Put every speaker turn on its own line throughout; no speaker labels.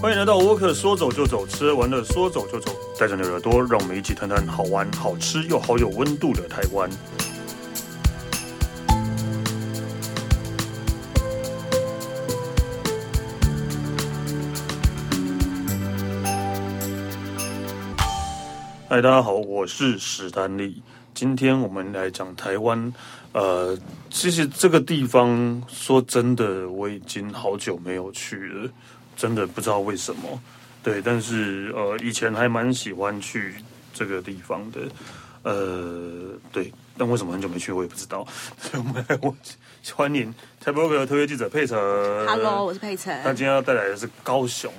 欢迎来到沃克，说走就走，吃完了说走就走，带着你的耳朵，让我们一起探探好玩、好吃又好有温度的台湾。嗨，大家好，我是史丹利。今天我们来讲台湾，呃，其实这个地方说真的，我已经好久没有去了，真的不知道为什么。对，但是呃，以前还蛮喜欢去这个地方的，呃，对，但为什么很久没去，我也不知道。 所以我们来我欢迎台北的特约记者佩晨。
Hello，我是佩
他
晨。
呃今天要带来的是高雄，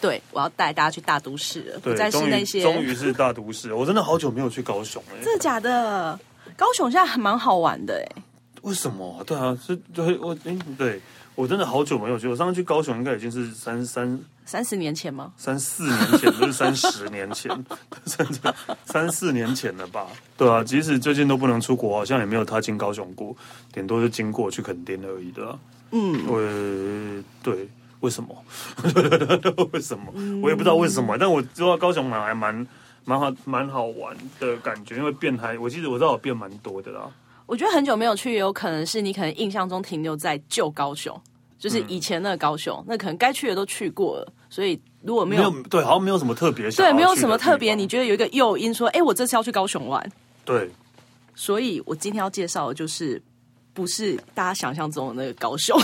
对，我要带大家去大都市了，不
对
再，是
终
那
于
些。
终于是大都市，我真的好久没有去高雄 了。
真的假的？高雄现在还蛮好玩的哎，
为什么？对啊，是对我诶，对我真的好久没有去，我上次去高雄应该已经是三三
三十年前吗？
三四年前，不是三十年前， 甚至三四年前了吧？对啊，即使最近都不能出国，好像也没有踏进高雄过，顶多就经过去垦丁而已的、啊。嗯，我对。为什么？ 为什么？我也不知道为什么，但我知道高雄蛮还蛮蛮好蛮好玩的感觉，因为变还我记得我知道我变蛮多的啦。
我觉得很久没有去，也有可能是你可能印象中停留在旧高雄，
嗯
就是以前那个高雄，那可能该去的都去过了，所以如果没
没
有。
有对，好像没有什么特别想要去的地
对，
方。
没有什么特别。你觉得有一个诱因说，哎，我这次要去高雄玩，
对
所以我今天要介绍的就是不是大家想象中的那个高雄，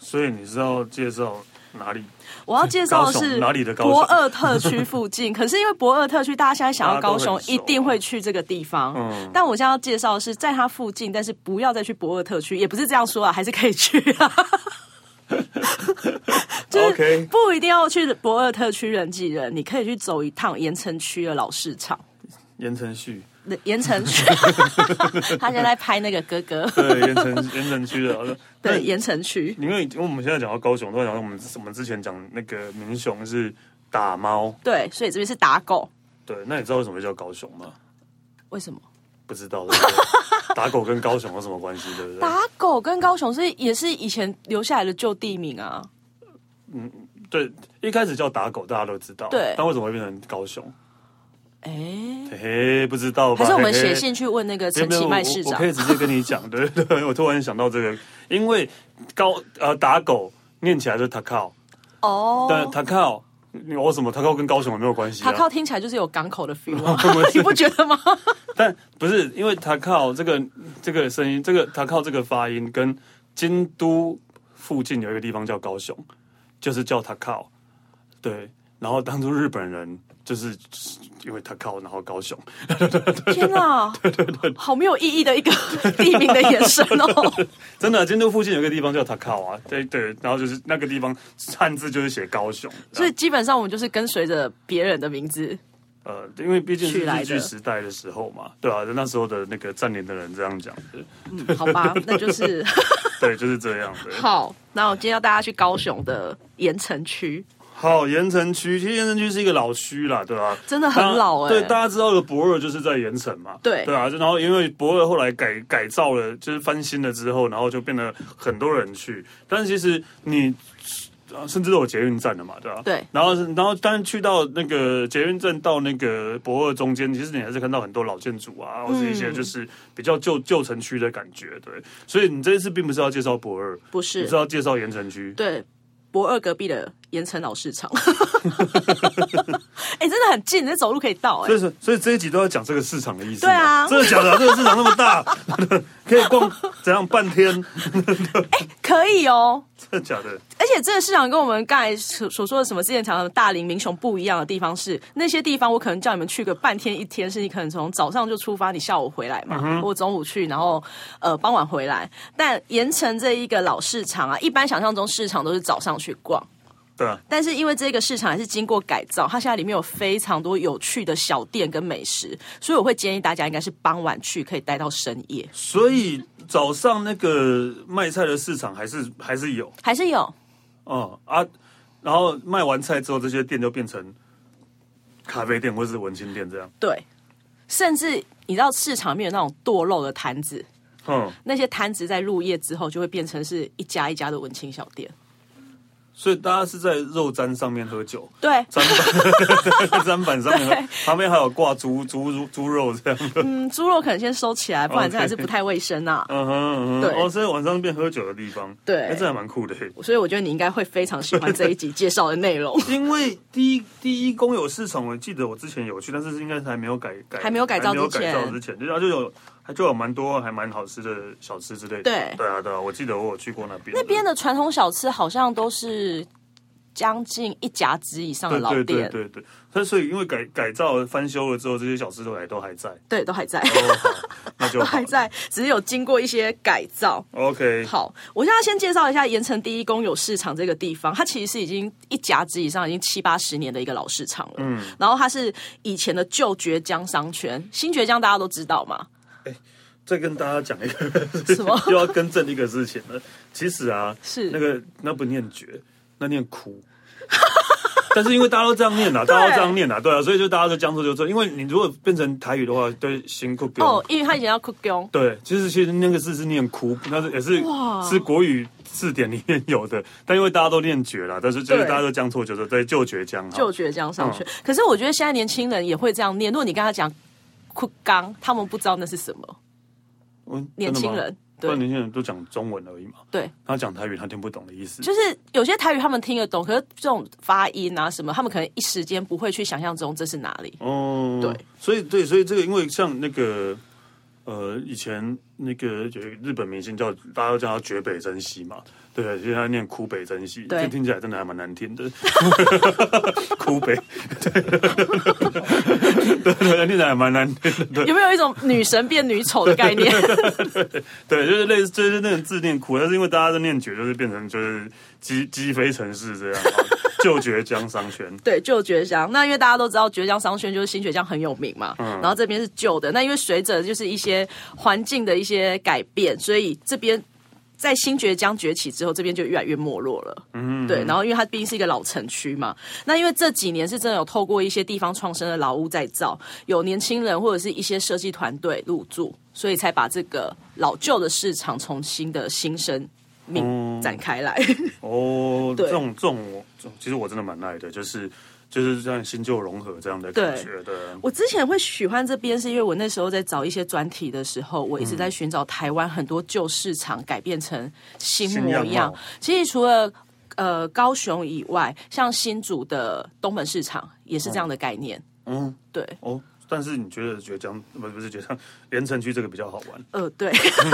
所以你是要介绍哪里？
我要介绍
高
的
雄
是
哪里的高雄
博二特区附 近，可是因为博二特区，大家现在想要高
大家都
雄
很，熟啊
一定会去这个地方。
嗯
但我现在要介绍的是在它附近，但是不要再去博二特区，也不是这样说啊，还是可以去啊。 就是
OK
不一定要去博二特区人挤人，你可以去走一趟盐城区的老市场。
盐城区，
那盐城 区，他现在在拍那个哥哥。
对，盐城盐城区的。好像
对，盐城区，
因为因为我们现在讲到高雄，都在讲到我们我们之前讲那个民雄是打猫，
对，所以这边是打狗。
对，那你知道为什么叫高雄吗？
为什么？
不知道，对不对打狗跟高雄有什么关系，对不对？
打狗跟高雄是也是以前留下来的旧地名啊。
对，一开始叫打狗，大家都知道，
对
但为什么会变成高雄？
哎、
嘿嘿，不知道吧？
还是我们
嘿嘿
写信去问那
没
个
有
陈
没有
其迈
我
市
我
长
可？以直接跟你讲，对 对对，我突然想到这个，因为高呃打狗念起来就是 takao，但
哦，
takao 有什么 takao 跟高雄有没有关系、
塔
啊？
靠听起来就是有港口的 feel，啊 你不觉得吗？
但不是因为 takao 这个这个声音，这个 takao 这个发音跟京都附近有一个地方叫高雄，就是叫 takao，对，然后当初日本人就是因为 takao，然后高雄，
天哪， 好没有意义的一个地名的延伸哦。
真的、京都附近有一个地方叫 takao 啊，对对，然后就是那个地方汉字就是写高雄，
所以基本上我们就是跟随着别人的名字。
呃，因为毕竟是
去来
日
的
据时代的时候嘛，对啊，那时候的那个占领的人这样讲的，
嗯，好 吧，那就是
对，就是这样的。
好。那我今天要大家去高雄的盐城区，
好，盐城区，其实盐城区是一个老区啦，对啊，
真的很老
哎、
欸
对，大家知道的博尔就是在盐城嘛，
对
对啊，就然后因为博尔后来改改造了，就是翻新了之后，然后就变得很多人去，但是其实你。呃甚至都有捷运站的嘛，对吧、
对
然后，然后，但是去到那个捷运站到那个博二中间，其实你还是看到很多老建筑
嗯
啊，或者一些就是比较旧旧城区的感觉，对。所以你这一次并不是要介绍博二，
不
你
是
是要介绍盐城区。
对，博二隔壁的盐城老市 场。 哎、真的很近，你走路可以到哎、
所以说，所以这一集都要讲这个市场的意思吗。
对啊
真的假 的？这个市场那么大， 可以逛怎样半天？
可以哦。
真的假的？
而且这个市场跟我们刚才所所说的什么之前讲的大林、民雄不一样的地方是，那些地方我可能叫你们去个半天一天，是你可能从早上就出发，你下午回来嘛，或中午去，然后呃傍晚回来。但盐城这一个老市场啊，一般想象中市场都是早上去逛。
对啊，
但是因为这个市场还是经过改造，它现在里面有非常多有趣的小店跟美食，所以我会建议大家应该是傍晚去，可以待到深夜，
所以早上那个卖菜的市场还是还是有，
还是有
嗯啊，然后卖完菜之后，这些店就变成咖啡店或是文青店这样。
对，甚至你知道市场里面有那种剁肉的摊子，
嗯，
那些摊子在入夜之后就会变成是一家一家的文青小店。
所以大家是在肉毡上面喝酒，
对，
砧板 砧板上面喝
对，
旁边还有挂猪猪猪猪肉这样。
嗯，猪肉可能先收起来，不然这还是不太卫生啊。
嗯哼，嗯哼
对
哦，所以晚上变喝酒的地方，
对
哎这还蛮酷的。
所以我觉得你应该会非常喜欢这一集介绍的内容。
因为第一第一公有市场，我记得我之前有去，但是应该是还没有改改，
还没有改造
还没有
之
改
前
造之前，就然后就有还就有蛮多还蛮好吃的小吃之类的。
对
对啊对啊，我记得我有去过那边，
那边的传统小吃好像都是将近一甲子以上的
对
老
对对
店，
对对，它所以因为改改造翻修了之后，这些小吃都还都 还在，
对，都还在，
哦，好那就
都
好
还在，只是有经过一些改造。
OK，
好，我现在先介绍一下盐城第一公有市场这个地方，它其实是已经一甲子以上，已经七八十年的一个老市场了。嗯，然后它是以前的旧绝江商圈，新绝江大家都知道嘛，
再跟大家讲一个
什么
又要更正一个事情了。其实啊，
是
那个那不念绝，那念哭。 但是因为大家都这样念啦、大家都这样念啦、对啊，所以就大家都将错就错。因为你如果变成台语的话，对，辛苦不用。
哦，因为它以前叫 c o o k i n
对，其实其实那个字是念哭，那是也是
哇
是国语字典里面有的，但因为大家都念绝啦，但是就是
对
大家都将错就错，对，就绝啊江哈。
就觉得这样上去。可是我觉得现在年轻人也会这样念，如果你跟他讲“酷刚”，他们不知道那是什么。
嗯
年
真的吗
轻人
不然
对
年轻人都讲中文而已嘛，
对，
他讲台语他听不懂的意思。
就是有些台语他们听得懂，可是这种发音啊什么，他们可能一时间不会去想象中这是哪里。
哦，
对，
所以对，所以这个因为像那个呃，以前那个有一个日本明星叫大家都叫他绝北真希嘛，对，其实他念哭北真希，
对
这听起来真的还蛮难听 的，哭北，对对对，听起来还蛮难听的，对
有没有一种女神变女丑的概念？
对，就是类似就是那种字念哭，但是因为大家都念绝，就是变成就是鸡鸡飞城市这样啊，就绝江商圈，
对，旧绝江。那因为大家都知道绝江商圈就是新绝江很有名嘛，然后这边是旧的。那因为随着就是一些环境的一些改变，所以这边。在新绝江崛起之后，这边就越来越没落了。嗯，对。然后，因为它毕竟是一个老城区嘛，那因为这几年是真的有透过一些地方创生的老屋在造，有年轻人或者是一些设计团队入驻，所以才把这个老旧的市场重新的新生命展开来。
哦，
对
这种这种我这种其实我真的蛮爱的，就是就是像新旧融合这样的感觉对，
我之前会喜欢这边，是因为我那时候在找一些专题的时候，我一
嗯
直在寻找台湾很多旧市场改变成新模样。
新样貌
其实除了呃高雄以外，像新竹的东本市场也是这样的概念。
嗯，
对，
哦。但是你觉得觉得江不是不是觉得盐城区这个比较好玩，
呃，对，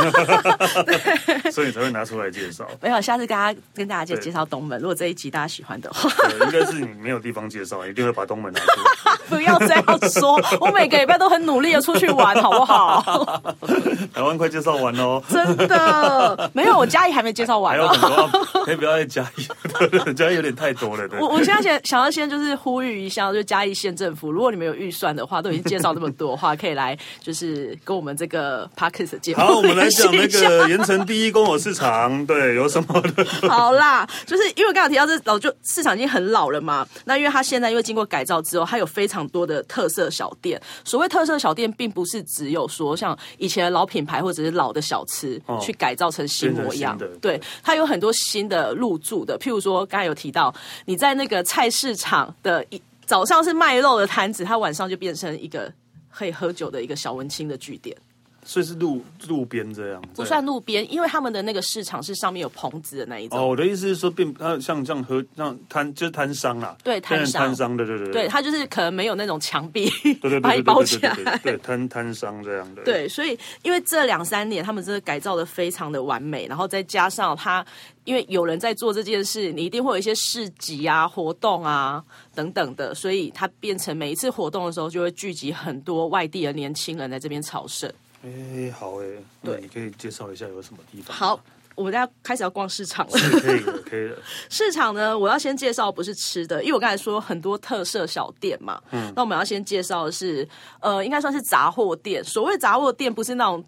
所以你才会拿出来介 绍。
没有，下次跟大家跟大家介
对
介绍东门。如果这一集大家喜欢的话，
对，应该是你没有地方介绍，一定会把东门拿出来。
不要这样说，我每个礼拜都很努力的出去玩，好不好？
台湾快介绍完喽，
真的，没有，我嘉义还没介绍
还
完
有
呢。
很多啊，可以不要再加一， 加一有点太多了。对
我， 我现在想想要先就是呼吁一下，就嘉义县政府，如果你们有预算的话，都已经介绍那么多的话，可以来就是跟我们这个 Parkes 节目
好，我们来讲那
联系一下
个盐城第一公有市场，对，有什么的？
好啦，就是因为我刚刚有提到这老旧市场已经很老了嘛，那因为它现在因为经过改造之后，它有非常多的特色小店。所谓特色小店，并不是只有说像以前的老品牌或者是老的小吃、
哦
去改造成新模样
变成新的，
对，它有很多新的入驻的，譬如说刚才有提到你在那个菜市场的一。早上是卖肉的摊子，它晚上就变成一个可以喝酒的一个小文青的据点。
所以是路路边这样，
不算路边，因为他们的那个市场是上面有棚子的那一种。
哦，我的意思是说，并他像像和像摊就是摊商啦，
对摊商
变成摊商，对对对
对，它就是可能没有那种墙壁
对对对
把你
对
包
对
起
对对对
来。
对摊摊商这样的，，
对，所以因为这两三年他们真的改造的非常的完美，然后再加上他，因为有人在做这件事，你一定会有一些市集啊、活动啊等等的，所以它变成每一次活动的时候，就会聚集很多外地的年轻人在这边朝圣。
哎，好哎，那
对
你可以介绍一下有什么地方？
好，，我们大家开始要逛市场了。
可以的，可以的，
市场呢，我要先介绍不是吃的，因为我刚才说很多特色小店嘛，
嗯
那我们要先介绍的是，呃，应该算是杂货店。所谓杂货店，不是那种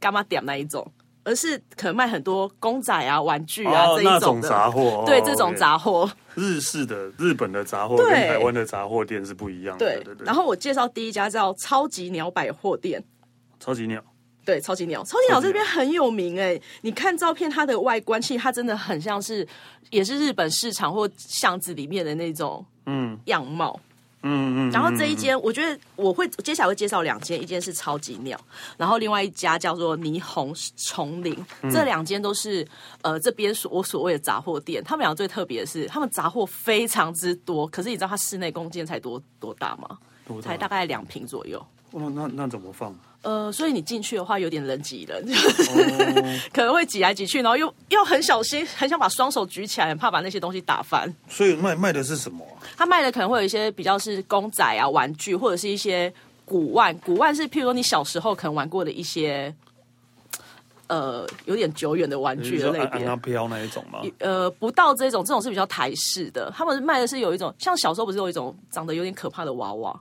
干妈点那一种，而是可能卖很多公仔啊、玩具啊、
哦
这
那
一
种
的。
杂货，
对
哦
这种
OK
杂货，
日式的日本的杂货跟
对
台湾的杂货店是不一样的，
对
对对。
然后我介绍第一家叫超级鸟百货店，
超级鸟，
对，超级鸟，超级鸟这边很有名哎、你看照片，它的外观其实它真的很像是，也是日本市场或巷子里面的那种
嗯
样貌。
嗯嗯，
然后这一
嗯
间，我觉得我会接下来会介绍两间，一间是超级鸟，然后另外一家叫做霓虹丛林，这两间都是呃这边所我所谓的杂货店。他们俩最特别的是，他们杂货非常之多，可是你知道它室内空间才多多大吗？
多大
才大概两平左右。
哦那那怎么放？
呃，所以你进去的话有点人挤人， 就是、可能会挤来挤去，然后又又很小心，很想把双手举起来，很怕把那些东西打翻。
所以卖卖的是什么啊、
他卖的可能会有一些比较是公仔啊、玩具，或者是一些古玩。古玩是譬如说你小时候可能玩过的一些，呃，有点久远的玩具的类
安安
别
阿。飘那一种吗？
呃，不到这种，这种是比较台式的。他们卖的是有一种，像小时候不是有一种长得有点可怕的娃娃，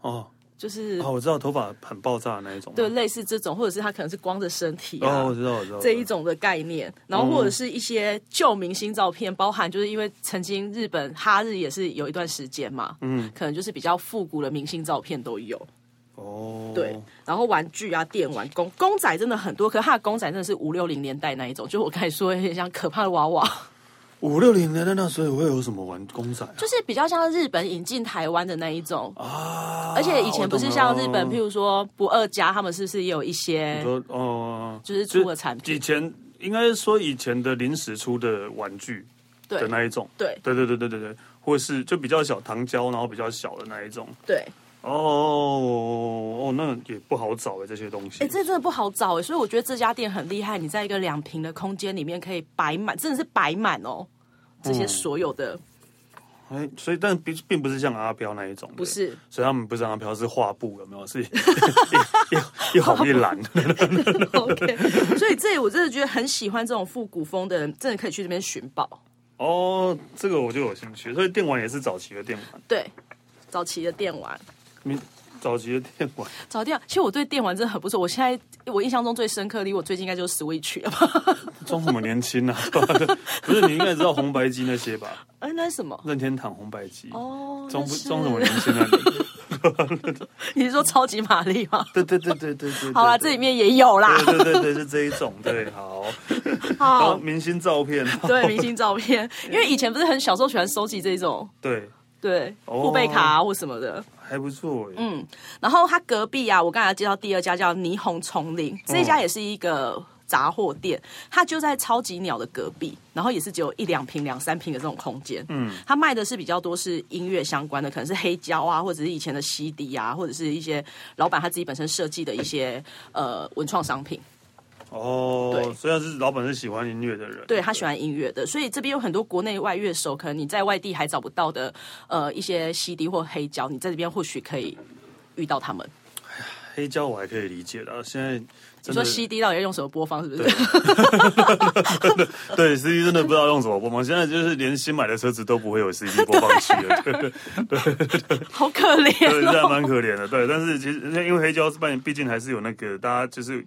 哦，
就是、
哦，我知道头发很爆炸的那一种吗。
对类似这种，或者是他可能是光着身体啊，
哦，我知道，我知道
这一。种的概念，然后或者是一些旧明星照片，包含就是因为曾经日本哈日也是有一段时间嘛，嗯，可能就是比较复古的明星照片都有，
哦，
对，然后玩具啊、电玩、公公仔真的很多，可是它的公仔真的是五六零年代那一种，就我刚才说有点像可怕的娃娃，
五六零年代那时候会有什么玩公仔啊？
就是比较像日本引进台湾的那一种，
啊，
而且以前不是像日本，譬
如
如说不二家，他们是不是也有一些
说哦，
就是出的产
以
品？
前应该说以前的临时出的玩具
对
的那一种，
对
对对对对对对，或是就比较小糖胶，然后比较小的那一种。
对，
哦哦，那也不好找哎，这些东西。
哎、这真的不好找哎，所以我觉得这家店很厉害。你在一个两平的空间里面可以摆满，真的是摆满哦，这
嗯
些所有的、
哎，所以但并并不是像阿飘那一种，
不是，
所以他们不是阿飘，是画布，有没有？是 一一一红一蓝。
OK。所以这里我真的觉得很喜欢这种复古风的人，真的可以去这边寻宝。
哦，这个我就有兴趣。所以电玩也是早期的电玩，
对，早期的电玩，
你早期的电 玩，
早电，其实我对电玩真的很不错。我现在我印象中最深刻的，离我最近应该就是 Switch 了吧？
装什么年轻啊？ 不是，你应该知道红白机那些吧？
哎、那是什么？
任天堂红白机。
哦，
装不
那是
装什么年轻啊？ 你
你是说超级玛丽吗？
对对对对对对。
好啊啦，
了，
这里面也有啦。
对哦对对对是这一种，对，好。然后
好，
明星照片，
对明星照片，因为以前不是很小时候喜欢收集这种。
对，
对，
哦
护贝卡、啊、或什么的。
还不错。嗯，
嗯，然后它隔壁啊，我刚才介绍第二家叫霓虹丛林，
嗯
这家也是一个杂货店，它就在超级鸟的隔壁，然后也是只有一两平、两三平的这种空间。嗯，它卖的是比较多是音乐相关的，可能是黑胶啊，或者是以前的 CD 啊，或者是一些老板他自己本身设计的一些呃文创商品。
哦
对，
虽然是老板是喜欢音乐的人，
对他喜欢音乐的，所以这边有很多国内外乐手，可能你在外地还找不到的呃一些 CD 或黑胶，你在这边或许可以遇到他们。
黑胶我还可以理解的，现在
你
真的
说 CD 到底要用什么播放？是不是？
对 CD 真的不知道用什么播放，现在就是连新买的车子都不会有 CD 播放器了，对对
好可
对，
怜
这还
哦。
蛮可怜的。对，但是其实因为黑胶是毕竟还是有那个大家就是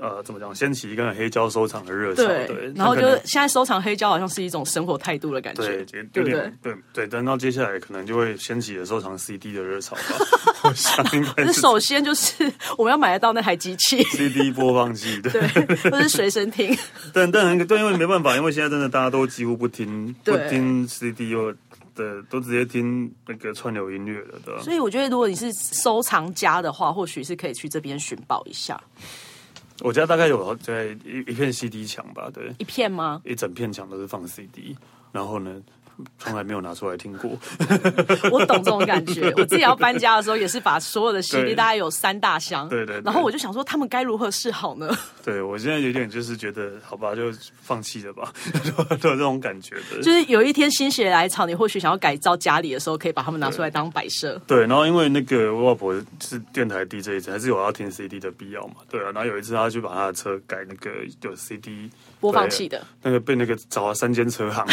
呃怎么讲，掀起一个黑胶收藏的热潮，对
对，，然后
那
就
可能
现在收藏黑胶好像是一种生活态度的感觉
对，有，
对不对
点？对对，等到接下来可能就会掀起了收藏 CD 的热潮 吧，我想应该
那
是
首先就是我们要买得到那台 机器，
CD 播放器，对。
对，或是随身听，
但但很对，因为没办法，因为现在真的大家都几乎不听不
对
听 CD 又的，都直接听那个串流音乐了的。
所以我觉得如果你是收藏家的话，或许是可以去这边寻宝一下
我家大概有在一一片 CD 墙吧，对，
一 片吗？
一整片墙都是放 CD，然后呢，从来没有拿出来听过。
我懂这种感觉。我自己要搬家的时候，也是把所有的 CD
对
大概有三大箱，
对对对
然后我就想说，他们该如何是好呢？
对我现在有点就是觉得，好吧，就放弃了吧， 都有这种感觉的。
就是有一天心血来潮，你或许想要改造家里的时候，可以把它们拿出来当摆设。
对，然后因为那个我老婆是电台 DJ，还是有要听 CD 的必要嘛？对啊，然后有一次她去把她的车改那个有 CD
播放器的，
那个被那个找了三间车行，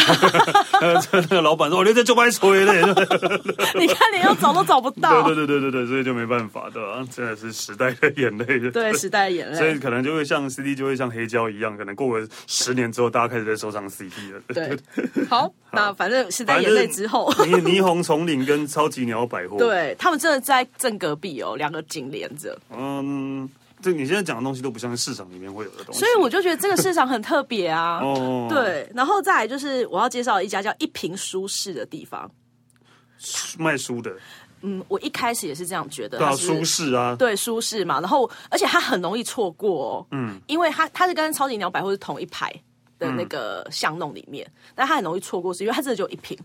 那个车那个老板说：“我留在就拍锤嘞。 对
你看，连要找都找不”到。
对对对对对对，所以就没办法的、对啊，真的是时代的眼泪。
对时代的眼
所以
泪。
可能就会像 CD 就会像黑胶一样，可能过个十年之后，大家开始在收藏 CD 了。
对， 好，那反正时代
反
眼
正嗯
泪之后，
霓霓虹丛林跟超级鸟百货，，
对他们真的在正隔壁哦，两个紧连着。
嗯，这你现在讲的东西都不像市场里面会有的东西。
所以我就觉得这个市场很特别啊。
哦，，
对，然后再来就是我要介绍一家叫一平舒适的地方。
卖书的，
嗯，我一开始也是这样觉得，
对啊，
它是
舒适啊，
对舒适嘛，然后而且它很容易错过、哦，嗯，因为它它是跟超级鸟百货是同一排的那个巷弄里面，但它很容易错过，是因为它真的就一瓶，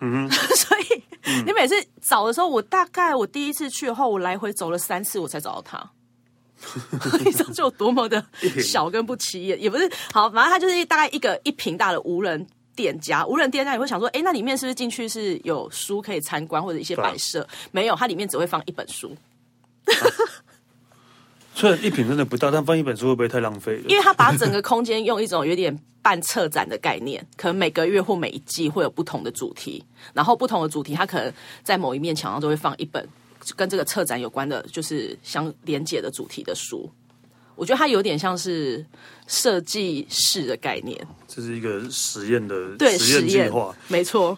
嗯， 所以、你每次找的时候，我大概我第一次去后，我来回走了三次，我才找到它。你知道这有多么的小跟不起眼，也不是好，反正它就是大概一个一平大的无人店家。无人店家你会想说，哎，那里面是不是进去是有书可以参观或者一些
对啊
摆设？没有，它里面只会放一本书。
虽然一品真的不大，但翻一本书会不会太浪费
因
了？
为他把整个空间用一种有点半策展的概念，可能每个月或每一季会有不同的主题，然后不同的主题，他可能在某一面墙上都会放一本跟这个策展有关的，就是相连接的主题的书。我觉得它有点像是设计室的概念，
这是一个实验的
对
实验
实
计
验
划，，
没错，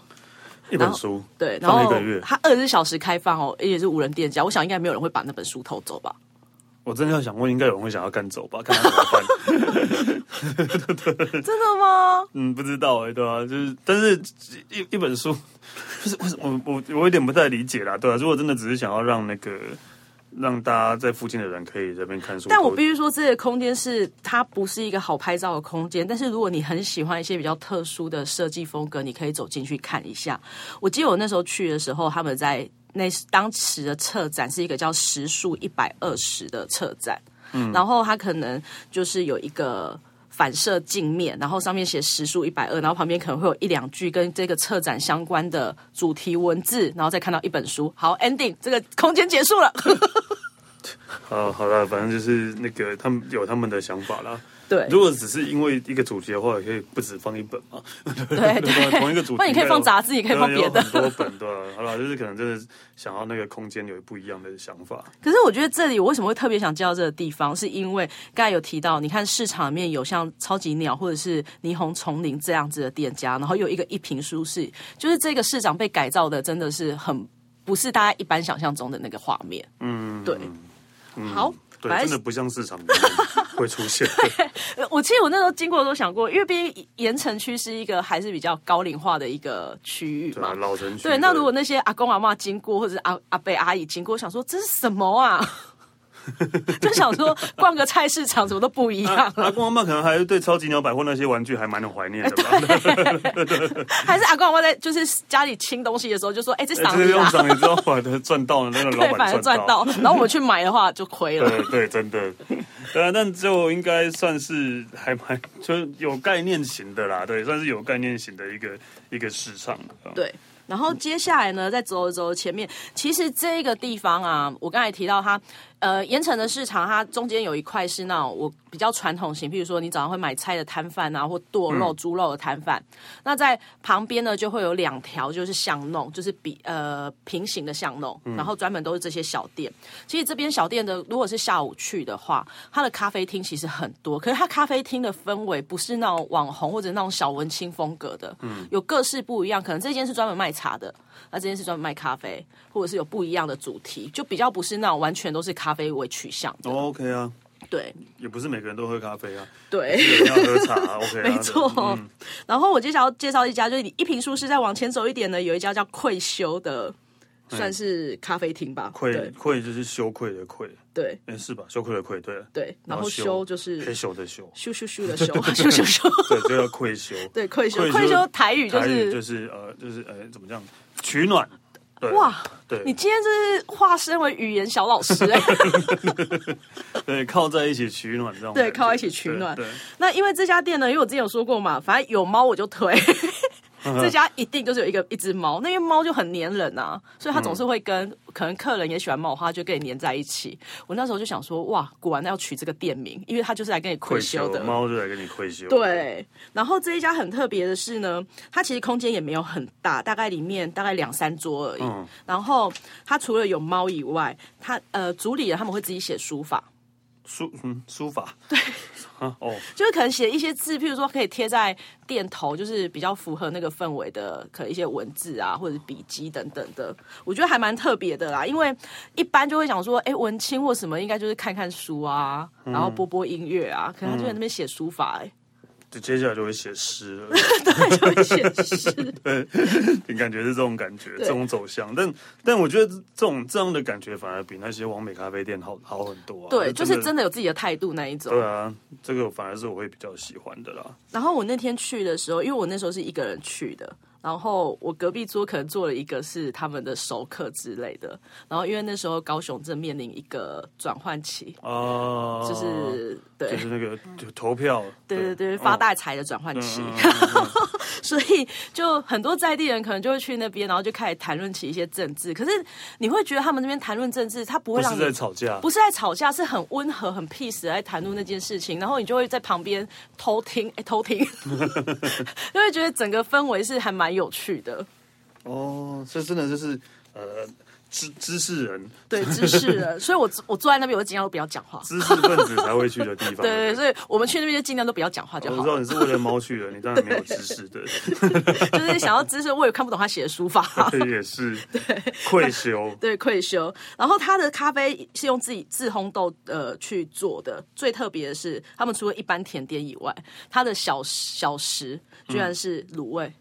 一本书，
对。然
放一
后
个月，
它二十四小时开放哦，而且是无人店家，我想应该没有人会把那本书偷走吧。
我真的要想问，应该有人会想要干走吧？看他怎么办？
真的吗？
嗯，不知道哎、对啊，就是，但是一一本书，就是为什么我我我有点不太理解啦，对啊，如果真的只是想要让那个让大家在附近的人可以在那边看书，
但我必须说，这个空间是它不是一个好拍照的空间。但是如果你很喜欢一些比较特殊的设计风格，你可以走进去看一下。我记得我那时候去的时候，他们在那当时的策展是一个叫“时速一百二十”的策展，嗯，然后它可能就是有一个。反射镜面，然后上面写时速一百二，然后旁边可能会有一两句跟这个策展相关的主题文字，然后再看到一本书。好，ending，这个空间结束了。
啊，好了，反正就是那个他们有他们的想法啦。
对，
如果只是因为一个主题的话，也可以不止放一本嘛。 对啊
对
同一个主题，
不然你可以放杂志也可以放别
对
的
啊有很多本对啊。好了，就是可能真的想要那个空间有不一样的想法。
可是我觉得这里我为什么会特别想介绍这个地方，是因为刚才有提到，你看市场里面有像超级鸟或者是霓虹丛林这样子的店家，然后有一个一瓶舒适，就是这个市场被改造的真的是很不是大家一般想象中的那个画面。嗯，对。好，
嗯对，
反
真的
正
不像市场里面会出 现的。
呃我其实我那时候经过都想过，因为毕竟盐城区是一个还是比较高龄化的一个区域
对
嘛
啊，。老城区的。
对，那如果那些阿公阿嬷经过，或者是阿阿伯阿姨经过，我想说这是什么啊？ 就想说逛个菜市场，怎么都不一样
啊。 阿公阿妈可能还对超级鸟百货那些玩具还蛮有怀念的吧？
哎还是阿公阿妈在就是家里清东西的时候就说：“哎、这
哎
赏
这个
你
用
啊，
赏你之后，反正赚到了，那个
对
老，
反
板
正赚到。”然后我们去买的话就亏了。
对对，真的，对啊，但就应该算是还蛮就是有概念型的啦，对，算是有概念型的一个一个市场。啊
对。然后接下来呢，再走一走前面，其实这个地方啊，我刚才提到它，呃，盐城的市场，它中间有一块是那种我比较传统型，譬如说你早上会买菜的摊贩啊，或剁肉、猪肉的摊贩。那在旁边呢，就会有两条就是巷弄，就是比呃平行的巷弄，然后专门都是这些小店。其实这边小店的，如果是下午去的话，它的咖啡厅其实很多，可是它咖啡厅的氛围不是那种网红或者那种小文青风格的，
嗯
有各式不一样。可能这间是专门卖茶的，那这间是专门卖咖啡，或者是有不一样的主题，就比较不是那种完全都是咖啡为取向的。
哦 OK 啊，
对
也不是每个人都喝咖啡啊，
对。
有人要喝茶啊 OK 啊，
没错
对嗯
然后我接下来要介绍一家，就是你一瓶书是再往前走一点呢，有一家叫愧羞的，
哎
算是咖啡厅吧。
愧
对
愧就是羞愧的愧，
对
哎是吧？羞愧的愧，对了，
对，然
然后
后
羞
羞就是
害羞的羞，
咻咻咻 的咻，咻咻咻。
对，就叫愧羞。
对，愧羞
愧，羞
愧羞台语就
台语
是
就是呃就是呃怎么讲取暖，对
哇，
对，
你今天就是化身为语言小老师、哎
对靠在一起取暖这种感觉，
对靠在一起取暖
对。对
那因为这家店呢，因为我之前有说过嘛，反正有猫我就推。 这家一定就是有一个一只猫，那因为猫就很粘人啊，所以它总是会跟、可能客人也喜欢猫的话，它就跟你粘在一起。我那时候就想说，哇，果然要取这个店名，因为它就是来跟你
愧
愧
羞
羞的。
猫就来跟你愧羞，，
对，然后这一家很特别的是呢，它其实空间也没有很大，大概里面大概两三桌而已。
嗯
然后它除了有猫以外，它呃组里人他们会自己写书法，
书嗯书法对啊哦
就是可能写一些字，譬如说可以贴在店头，就是比较符合那个氛围的，可能一些文字啊，或者是笔记等等的，我觉得还蛮特别的啦。因为一般就会想说，哎、文青或什么，应该就是看看书啊，然后播播音乐啊，可能他就在那边写书法、哎、
就接下来就会写诗了。
对，就会写诗。
你感觉是这种感觉，这种走向，但但我觉得这种这样的感觉反而比那些完美咖啡店好好很多啊。
对，就是真
的。
的有自己的态度那一种
对。啊，这个反而是我会比较喜欢的啦。
然后我那天去的时候，因为我那时候是一个人去的，然后我隔壁桌可能坐了一个是他们的熟客之类的，然后因为那时候高雄正面临一个转换期，
啊，
就是、对。
就是嗯那个就投票，
对对对，发大财的转换期，
嗯
所以就很多在地人可能就会去那边，然后就开始谈论起一些政治。可是你会觉得他们那边谈论政治，他不会
不
让
是
你
在吵架，
不是在吵架，是很温和、很 peace 地在谈论那件事情，然后你就会在旁边偷听，哎、偷听，就会觉得整个氛围是还蛮有趣的。
哦，这真的就是呃知知识人、
对，知识人，所以我我坐在那边，我尽量都不要讲话。
知 识分子才会去的地方。
对对，对所以我们去那边就尽量都不要讲话就
我
好
知，道你是为了猫去的，你当然没有知识的，
就是想要知识，我也看不懂他写的书法。
这也 是愧疚。
对，愧疚。然后他的咖啡是用自己自烘豆呃去做的，最特别的是，他们除了一般甜点以外，他的小小食居然是卤味、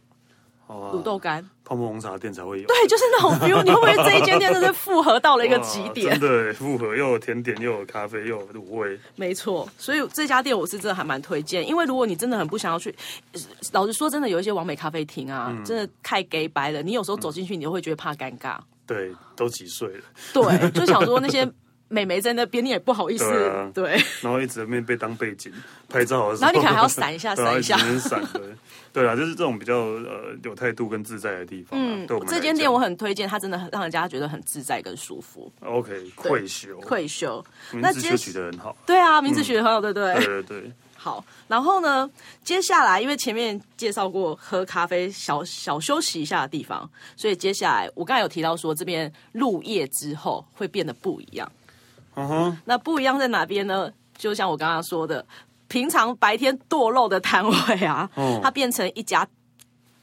卤
卤豆干。
啊泡沫红茶店才会有，
对，就是那种 feel。你会不会这一间店真的是复合到了一个极
哇
点？
真的复合又有甜点又有咖啡又有卤味，
没错，所以这家店我是真的还蛮推荐，因为如果你真的很不想要去，呃老实说，真的有一些完美咖啡厅啊，
嗯
真的太 gay 白了。你有时候走进去，你就会觉得怕尴尬。
对，都几岁了，
对，就想说那些美眉在那边，你也不好意 思。
对啊
对
然后一直面被当背景拍照的时候，
然后你可能还要闪一 下
对啊
闪一下
只能闪的，对啊，就是这种比较呃有态度跟自在的地方啊。嗯，对我们来
这
讲，
间店我很推荐，它真的很让人家觉得很自在跟舒服。
OK 愧疚，
愧疚，
名
那
字
接
就取得很好，
对啊，名字取得很好，对不对？
对对对，
好，然后呢，接下来因为前面介绍过喝咖啡小小休息一下的地方，所以接下来我刚才有提到说，这边入夜之后会变得不一样。
嗯哼，
那不一样在哪边呢？就像我刚刚说的，平常白天堕落的摊位啊，
哦
它变成一家。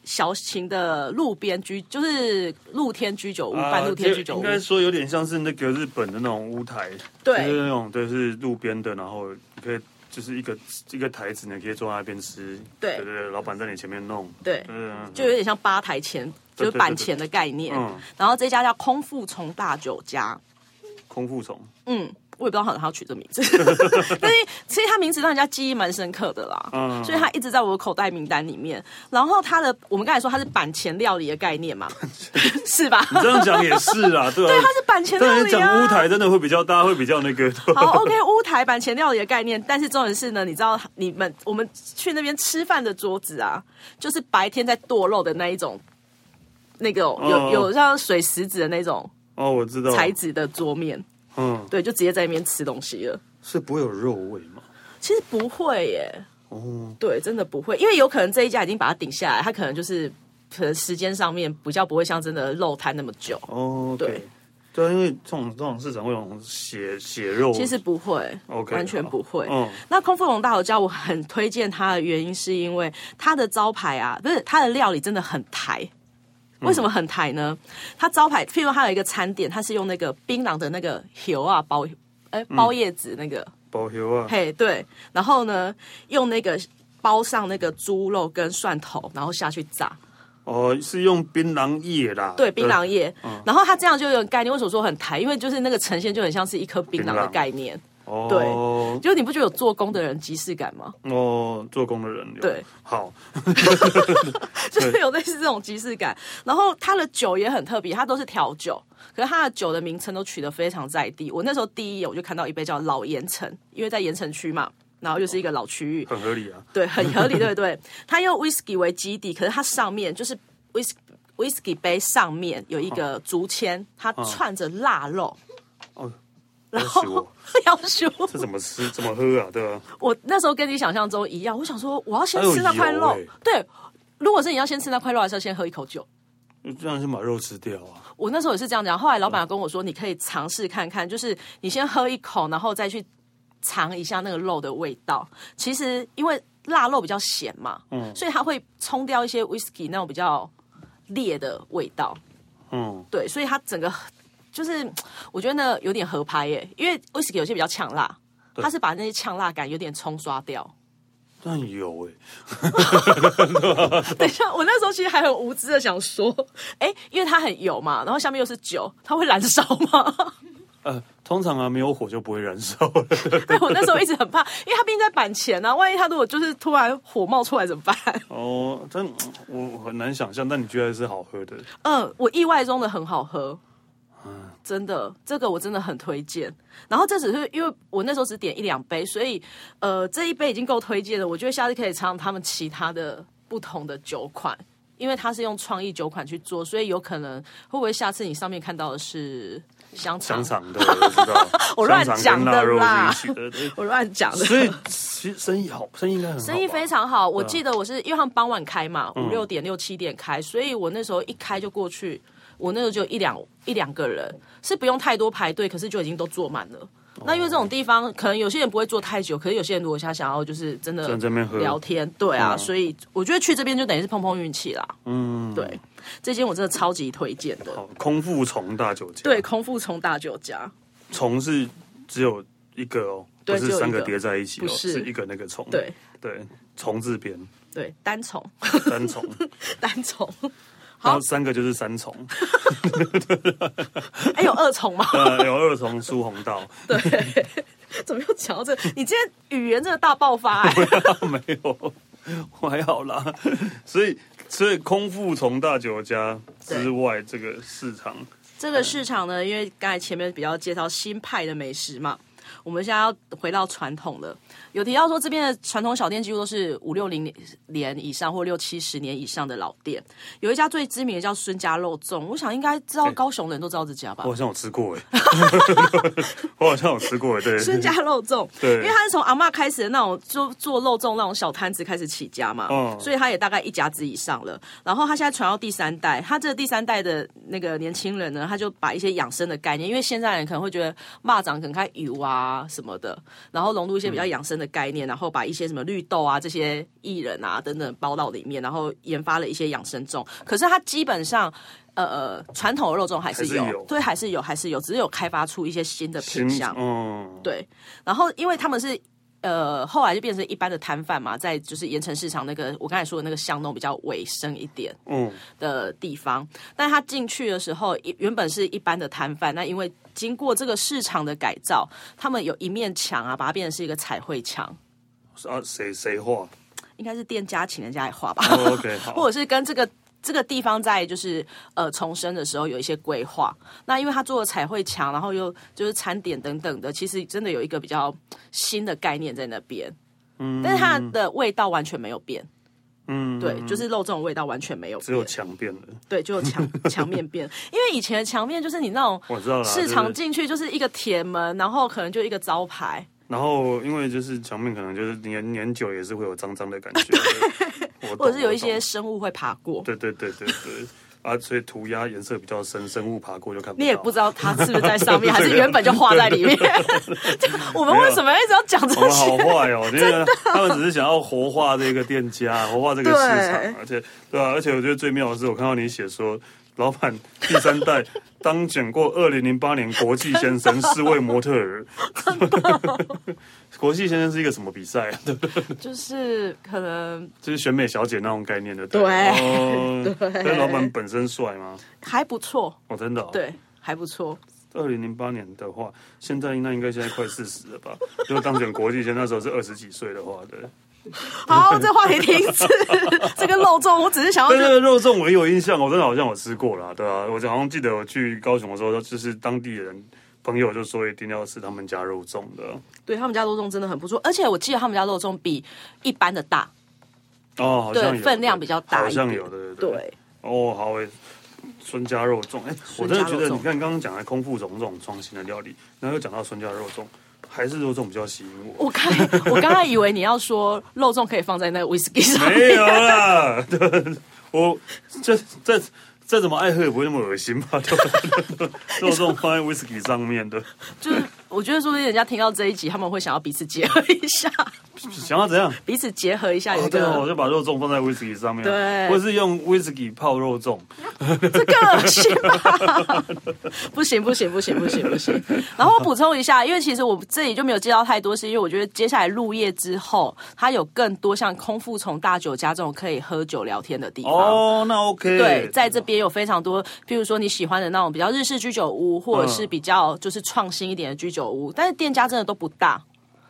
小型的路边居就是露天居酒屋，半露天居酒
啊应
屋，
该说有点像是那个日本的那种屋台，
对
就是那种就是路边的，然后你可以就是一个一个台子，你可以坐在那边吃，
对
对对，老板在你前面弄，
对，
嗯，
就有点像吧台前，就
对
是板前的概念。
对对对嗯
然后这家叫空腹虫大酒家，
空腹虫，
嗯，我也不知道他他取这名 字，但是其实他名字让人家记忆蛮深刻的啦，
嗯
所以他一直在我的口袋名单里面。然后他的，我们刚才说他是板前料理的概念嘛，是吧？
这样讲也是啦，对
对，
啊
他。是板前
但
料
是
理
讲
啊
屋。台真的会比较，大家会比较那个，对
好，OK，乌台板前料理的概念，但是重点是呢，你知道你们我们去那边吃饭的桌子啊，就是白天在剁肉的那一种，那个有、
哦
有像水石子的那种
哦，我知道，
材质的桌面，
嗯，
对，就直接在那边吃东西了。
是不会有肉味嘛？
其实不会耶，
哦，
对，真的不会，因为有可能这一家已经把它顶下来，它可能就是可能时间上面比较不会像真的肉摊那么久。
哦，
对，
对啊，因为这种这种市场会有那种血血肉，
其实不会
OK，
完全不会。
嗯
那空腹龙大头家，我很推荐它的原因是因为它的招牌啊，不是它的料理真的很台。为什么很台呢？它招牌，譬如它有一个餐点，它是用那个槟榔的那个油啊包，哎、包叶子那个，
保油啊，
嘿，对，然后呢，用那个包上那个猪肉跟蒜头，然后下去炸。
哦，是用槟榔叶啦，
对，槟榔叶。
嗯
然后它这样就有点概念，为什么说很台？因为就是那个呈现就很像是一颗槟榔
槟
的
榔
概念。
哦，
就是你不觉得有做工的人即视感吗？
哦，做工的人有
对，
好，
就是有类似这种即视感。然后它的酒也很特别，它都是调酒，可是它的酒的名称都取得非常在地。我那时候第一眼我就看到一杯叫老盐城，因为在盐城区嘛，然后又是一个老区域，
很合理啊。
对，很 合理，对不对？它用 whisky 为基底，可是它上面就是 whisky whisky 杯上面有一个竹签，它串着腊肉，
哦，
然
要哦死
后
我
要修。
这怎么吃？怎么喝啊？对吧、
我那时候跟你想象中一样，我想说我要先
还有
吃那块
油
肉
欸，
对。如果是你要先吃那块肉，还是要先喝一口酒？
就这样先把肉吃掉啊！
我那时候也是这样讲。后来老板跟我说，你可以尝试看看，就是你先喝一口，然后再去尝一下那个肉的味道。其实因为腊肉比较咸嘛，嗯，所以它会冲掉一些 whisky 那种比较烈的味道。
嗯，
对，所以它整个就是我觉得那有点合拍耶，因为 whisky 有些比较呛辣，它是把那些呛辣感有点冲刷掉。
但有欸诶、
等一下，我那时候其实还很无知的想说，哎，因为它很油嘛，然后下面又是酒，它会燃烧吗？
呃，通常啊，没有火就不会燃烧了。
对我那时候一直很怕，因为它毕竟在板前啊，万一它如果就是突然火冒出来怎么办？
哦，但我我很难想象，但你觉得是好喝的？
嗯，我意外中的很好喝，
嗯
真的，这个我真的很推荐。然后这只是因为我那时候只点一两杯，所以呃，这一杯已经够推荐了。我觉得下次可以尝他们其他的不同的酒款，因为它是用创意酒款去做，所以有可能会不会下次你上面看到的是香肠？
香肠的，我知道，
我乱
香肠跟
讲的
腊肉
啦
是一起的。对
我乱讲的。
所以其实生意好，生意应该很好吧，嗯
生意非常好，我记得我是因为他们傍晚开嘛，五六点六七点开，所以我那时候一开就过去，我那时候就一两一两个人，是不用太多排队，可是就已经都坐满了。
哦
那因为这种地方，可能有些人不会坐太久，可是有些人如果他想要就是真的
在这边喝
聊天，对啊，
嗯
所以我觉得去这边就等于是碰碰运气啦。
嗯，
对，这间我真的超级推荐的，
好，哦空腹虫大酒家，
对，，空腹虫大酒家，
虫是只有一个哦，不
对
是
只有一
三个
个
叠在一起哦，
不是
一个那个虫，
对
对，虫字边
对，单虫
单虫，
单 虫，
然后三个就是三重，
哎、有二虫吗？
呃，有二重苏红道，
对， 怎么又讲到这个？你今天语言真的大爆发、 哎
没有，我还好啦。 所以，所以空腹从大酒家之外，这个市场
这个市场呢，因为刚才前面比较介绍新派的美食嘛，我们现在要回到传统的。有提到说，这边的传统小店几乎都是五六零年以上或六七十年以上的老店。有一家最知名的叫孙家肉粽，我想应该知道高雄人都知道这家吧
我。好像有吃过 哎，我好像有吃过哎，对，
孙家肉粽，
对
因为他是从阿嬷开始的那种做做肉粽那种小摊子开始起家嘛，
嗯
所以他也大概一甲子以上了。然后他现在传到第三代，他这第三代的那个年轻人呢，他就把一些养生的概念，因为现在人可能会觉得蚂蚱可能开油啊什么的，然后融入一些比较养生的概念，然后把一些什么绿豆啊这些薏仁啊等等包到里面，然后研发了一些养生粽。可是他基本上。呃呃，传统的肉粽还是
还是
有，
有
对，还是有，还是有，只是有开发出一些新的
新
品相。
嗯，
对，然后因为他们是呃后来就变成一般的摊贩嘛，在就是盐城市场那个我刚才说的那个巷弄比较尾声一点
嗯，
的地方，但他进去的时候一原本是一般的摊贩，那因为经过这个市场的改造，他们有一面墙啊，把它变成是一个彩绘墙。
啊，谁谁画
应该是店家请人家来画吧、
哦，OK，好
或者是跟这个这个地方在就是呃重生的时候有一些规划。那因为他做了彩绘墙，然后又就是餐点等等的，其实真的有一个比较新的概念在那边。嗯，但是它的味道完全没有变，
嗯，
对，就是肉粽的味道完全没有
只
变，
有墙变了，
对，就有墙墙面变，因为以前的墙面就是你那种
我知道啦，
市
就
场
是
进去就是一个铁门，然后可能就一个招牌，
然后因为就是墙面可能就是年年久也是会有脏脏的感 觉，对我懂
或者是有一，
我
些
懂
生物会爬过，
对对对对对。啊，所以涂鸦颜色比较深，生物爬过就看不到。
你也不知道
啊
它是不是在上 面，还是原本就画在里面。我们为什么一直要讲
我
这
们好
些？
坏 哦，因为他们只是想要活化这个店家，活化这个市场，而且对啊，而且我觉得最妙的是，我看到你写说，老板第三代当选过二零零八年 国际先生，是位模特儿。 国际先生是一个什么比赛啊？对，
就是可能
就是选美小姐那种概念的，
对
哦但是老板本身帅吗？
还不错，
哦，真的、哦。，
对，还不错。
二零零八年的话，现在那应该现在快四十了吧？就当选国际先生那时候是二十几岁的话，对。
哦好，这话题停止。这个肉粽，我只是想要
但那
就
个肉粽我也有印象，我真的好像我吃过啦，对啊，我好像记得我去高雄的时候，就是当地人朋友就说一定要吃他们家肉粽的。
对他们家肉粽真的很不错，而且我记得他们家肉粽比一般的大，
哦，好像
对
有
分量比较大
好像
一点
有的，对对。
对，
哦，好诶，孙家肉粽，哎，我真的觉
孙家
得
肉粽
你看刚刚讲的空腹种这种创新的料理，然后又讲到孙家肉粽，还是肉粽比较吸引我。
我刚我刚才以为你要说肉粽可以放在那个 whisky 上面，
没有啦， 对，我这这。再 怎么爱喝也不会那么恶心吧？对吧肉粽放在 whisky 上面的，
就是我觉得说不定人家听到这一集，他们会想要彼此结合一下，
想要怎样？
彼此结合一下，有一
哦对
个、
哦，我就把肉粽放在威士忌上面，
对
或是用威士忌泡肉粽，
这个恶心吧？ 不行不行不行不行不行！然后我补充一下，因为其实我这里就没有介绍太多，是因为我觉得接下来入夜之后，它有更多像空腹从大酒家这种可以喝酒聊天的地方。
哦，那 OK，
对，在这边有非常多，譬如说你喜欢的那种比较日式居酒屋，或者是比较就是创新一点的居酒屋，但是店家真的都不大，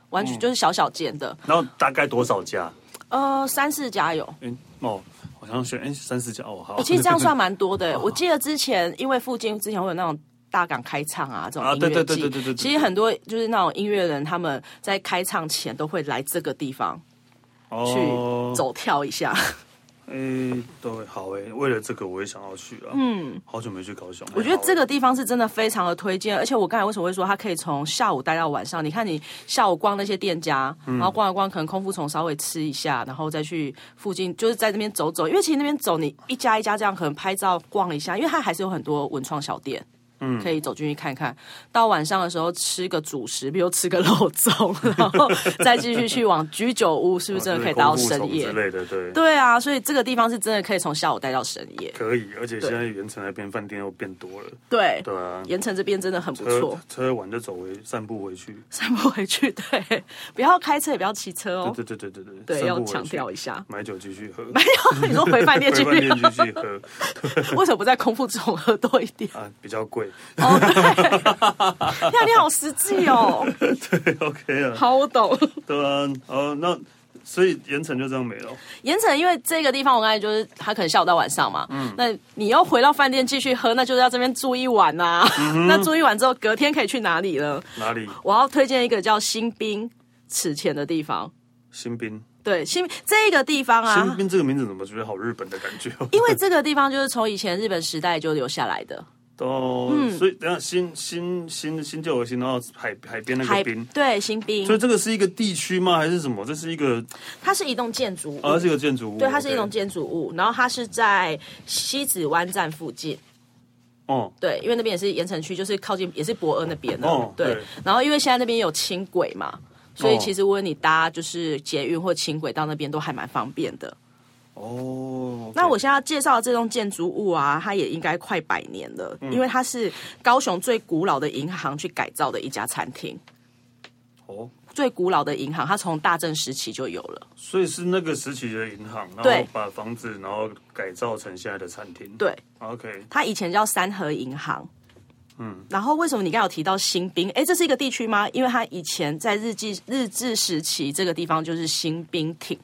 完全就是小小间的，
然后大概多少家？
呃，三四家有。
嗯，哦，好像选哎三四家哦，好，
其实这样算蛮多
哦
的。我记得之前因为附近之前会有那种。大港开唱啊，这种
啊
音乐季，
对对对对对对对
其实很多就是那种音乐人，他们在开唱前都会来这个地方去
哦，
走跳一下。
哎，对，好哎，为了这个我也想要去啊，嗯，好久没去高雄，
我觉得这
个
个地方是真的非常的推荐，而且我刚才为什么会说它可以从下午待到晚上？你看你下午逛那些店家，
嗯
然后逛一逛，可能空腹虫稍微吃一下，然后再去附近就是在那边走走，因为其实那边走你一家一家这样可能拍照逛一下，因为它还是有很多文创小店。
嗯
可以走进去看看。到晚上的时候吃个主食，比如吃个肉粽，然后再继续去往居酒屋，是不是真的可以
哦
待到深夜
之？类的，对。
对啊，所以这个地方是真的可以从下午待到深夜。
可以，而且现在盐城那边饭店又变多了，
对，
对啊，
盐城这边真的很不错
车。车完就走回散步回去，
散步回去，对，不要开车，也不要骑车哦。
对对对对对对，散
对，
步
要
回去。
强调一下
买酒继续喝，
你说回饭店
回
去，
饭店继续喝
为什么不在空腹中喝多一 点？
啊，比较贵，
哦，对，呀，你好实际 哦。
对，OK 啊，
好，我懂。
对啊，哦，那所以盐城就这样没了，
盐城，因为这个地方我刚才就是他可能下午到晚上嘛，嗯，那你要回到饭店继续喝，那就是要这边住一晚呐、
嗯
那住一晚之后，隔天可以去哪里呢？
哪里？
我要推荐一个叫新兵池前的地方。
新滨，
对，新这个地方啊，
新滨这个名字怎么觉得好日本的感觉哦？
因为这个地方就是从以前日本时代就留下来的
哦，
嗯
所以等一下新新新新旧的新，然后海海边那个
海
滨，
对新
所
兵
以，这个是一个地区吗？还是什么？这是一个，
它是一栋建筑物，
啊，它是一个建筑物，
嗯对，它是一栋
OK
建筑物，然后它是在西子湾站附近。
哦，
对，因为那边也是盐城区，就是靠近也是博恩那边的。
哦
对
对，
然后因为现在那边有轻轨嘛，所以
哦
其实无论你搭就是捷运或轻轨到那边都还蛮方便的。
哦，
那我现在要介绍的这栋建筑物啊，它也应该快百年了，
嗯
因为它是高雄最古老的银行去改造的一家餐厅。
哦，
最古老的银行，它从大正时期就有了。
所以是那个时期的银行，然
对
后把房子然后改造成现在的餐厅，
对，
，OK，
它以前叫三和银行。嗯，然后为什么你刚才有提到新兵？哎，这是一个地区吗？因为它以前在日记日治时期，这个地方就是新兵町。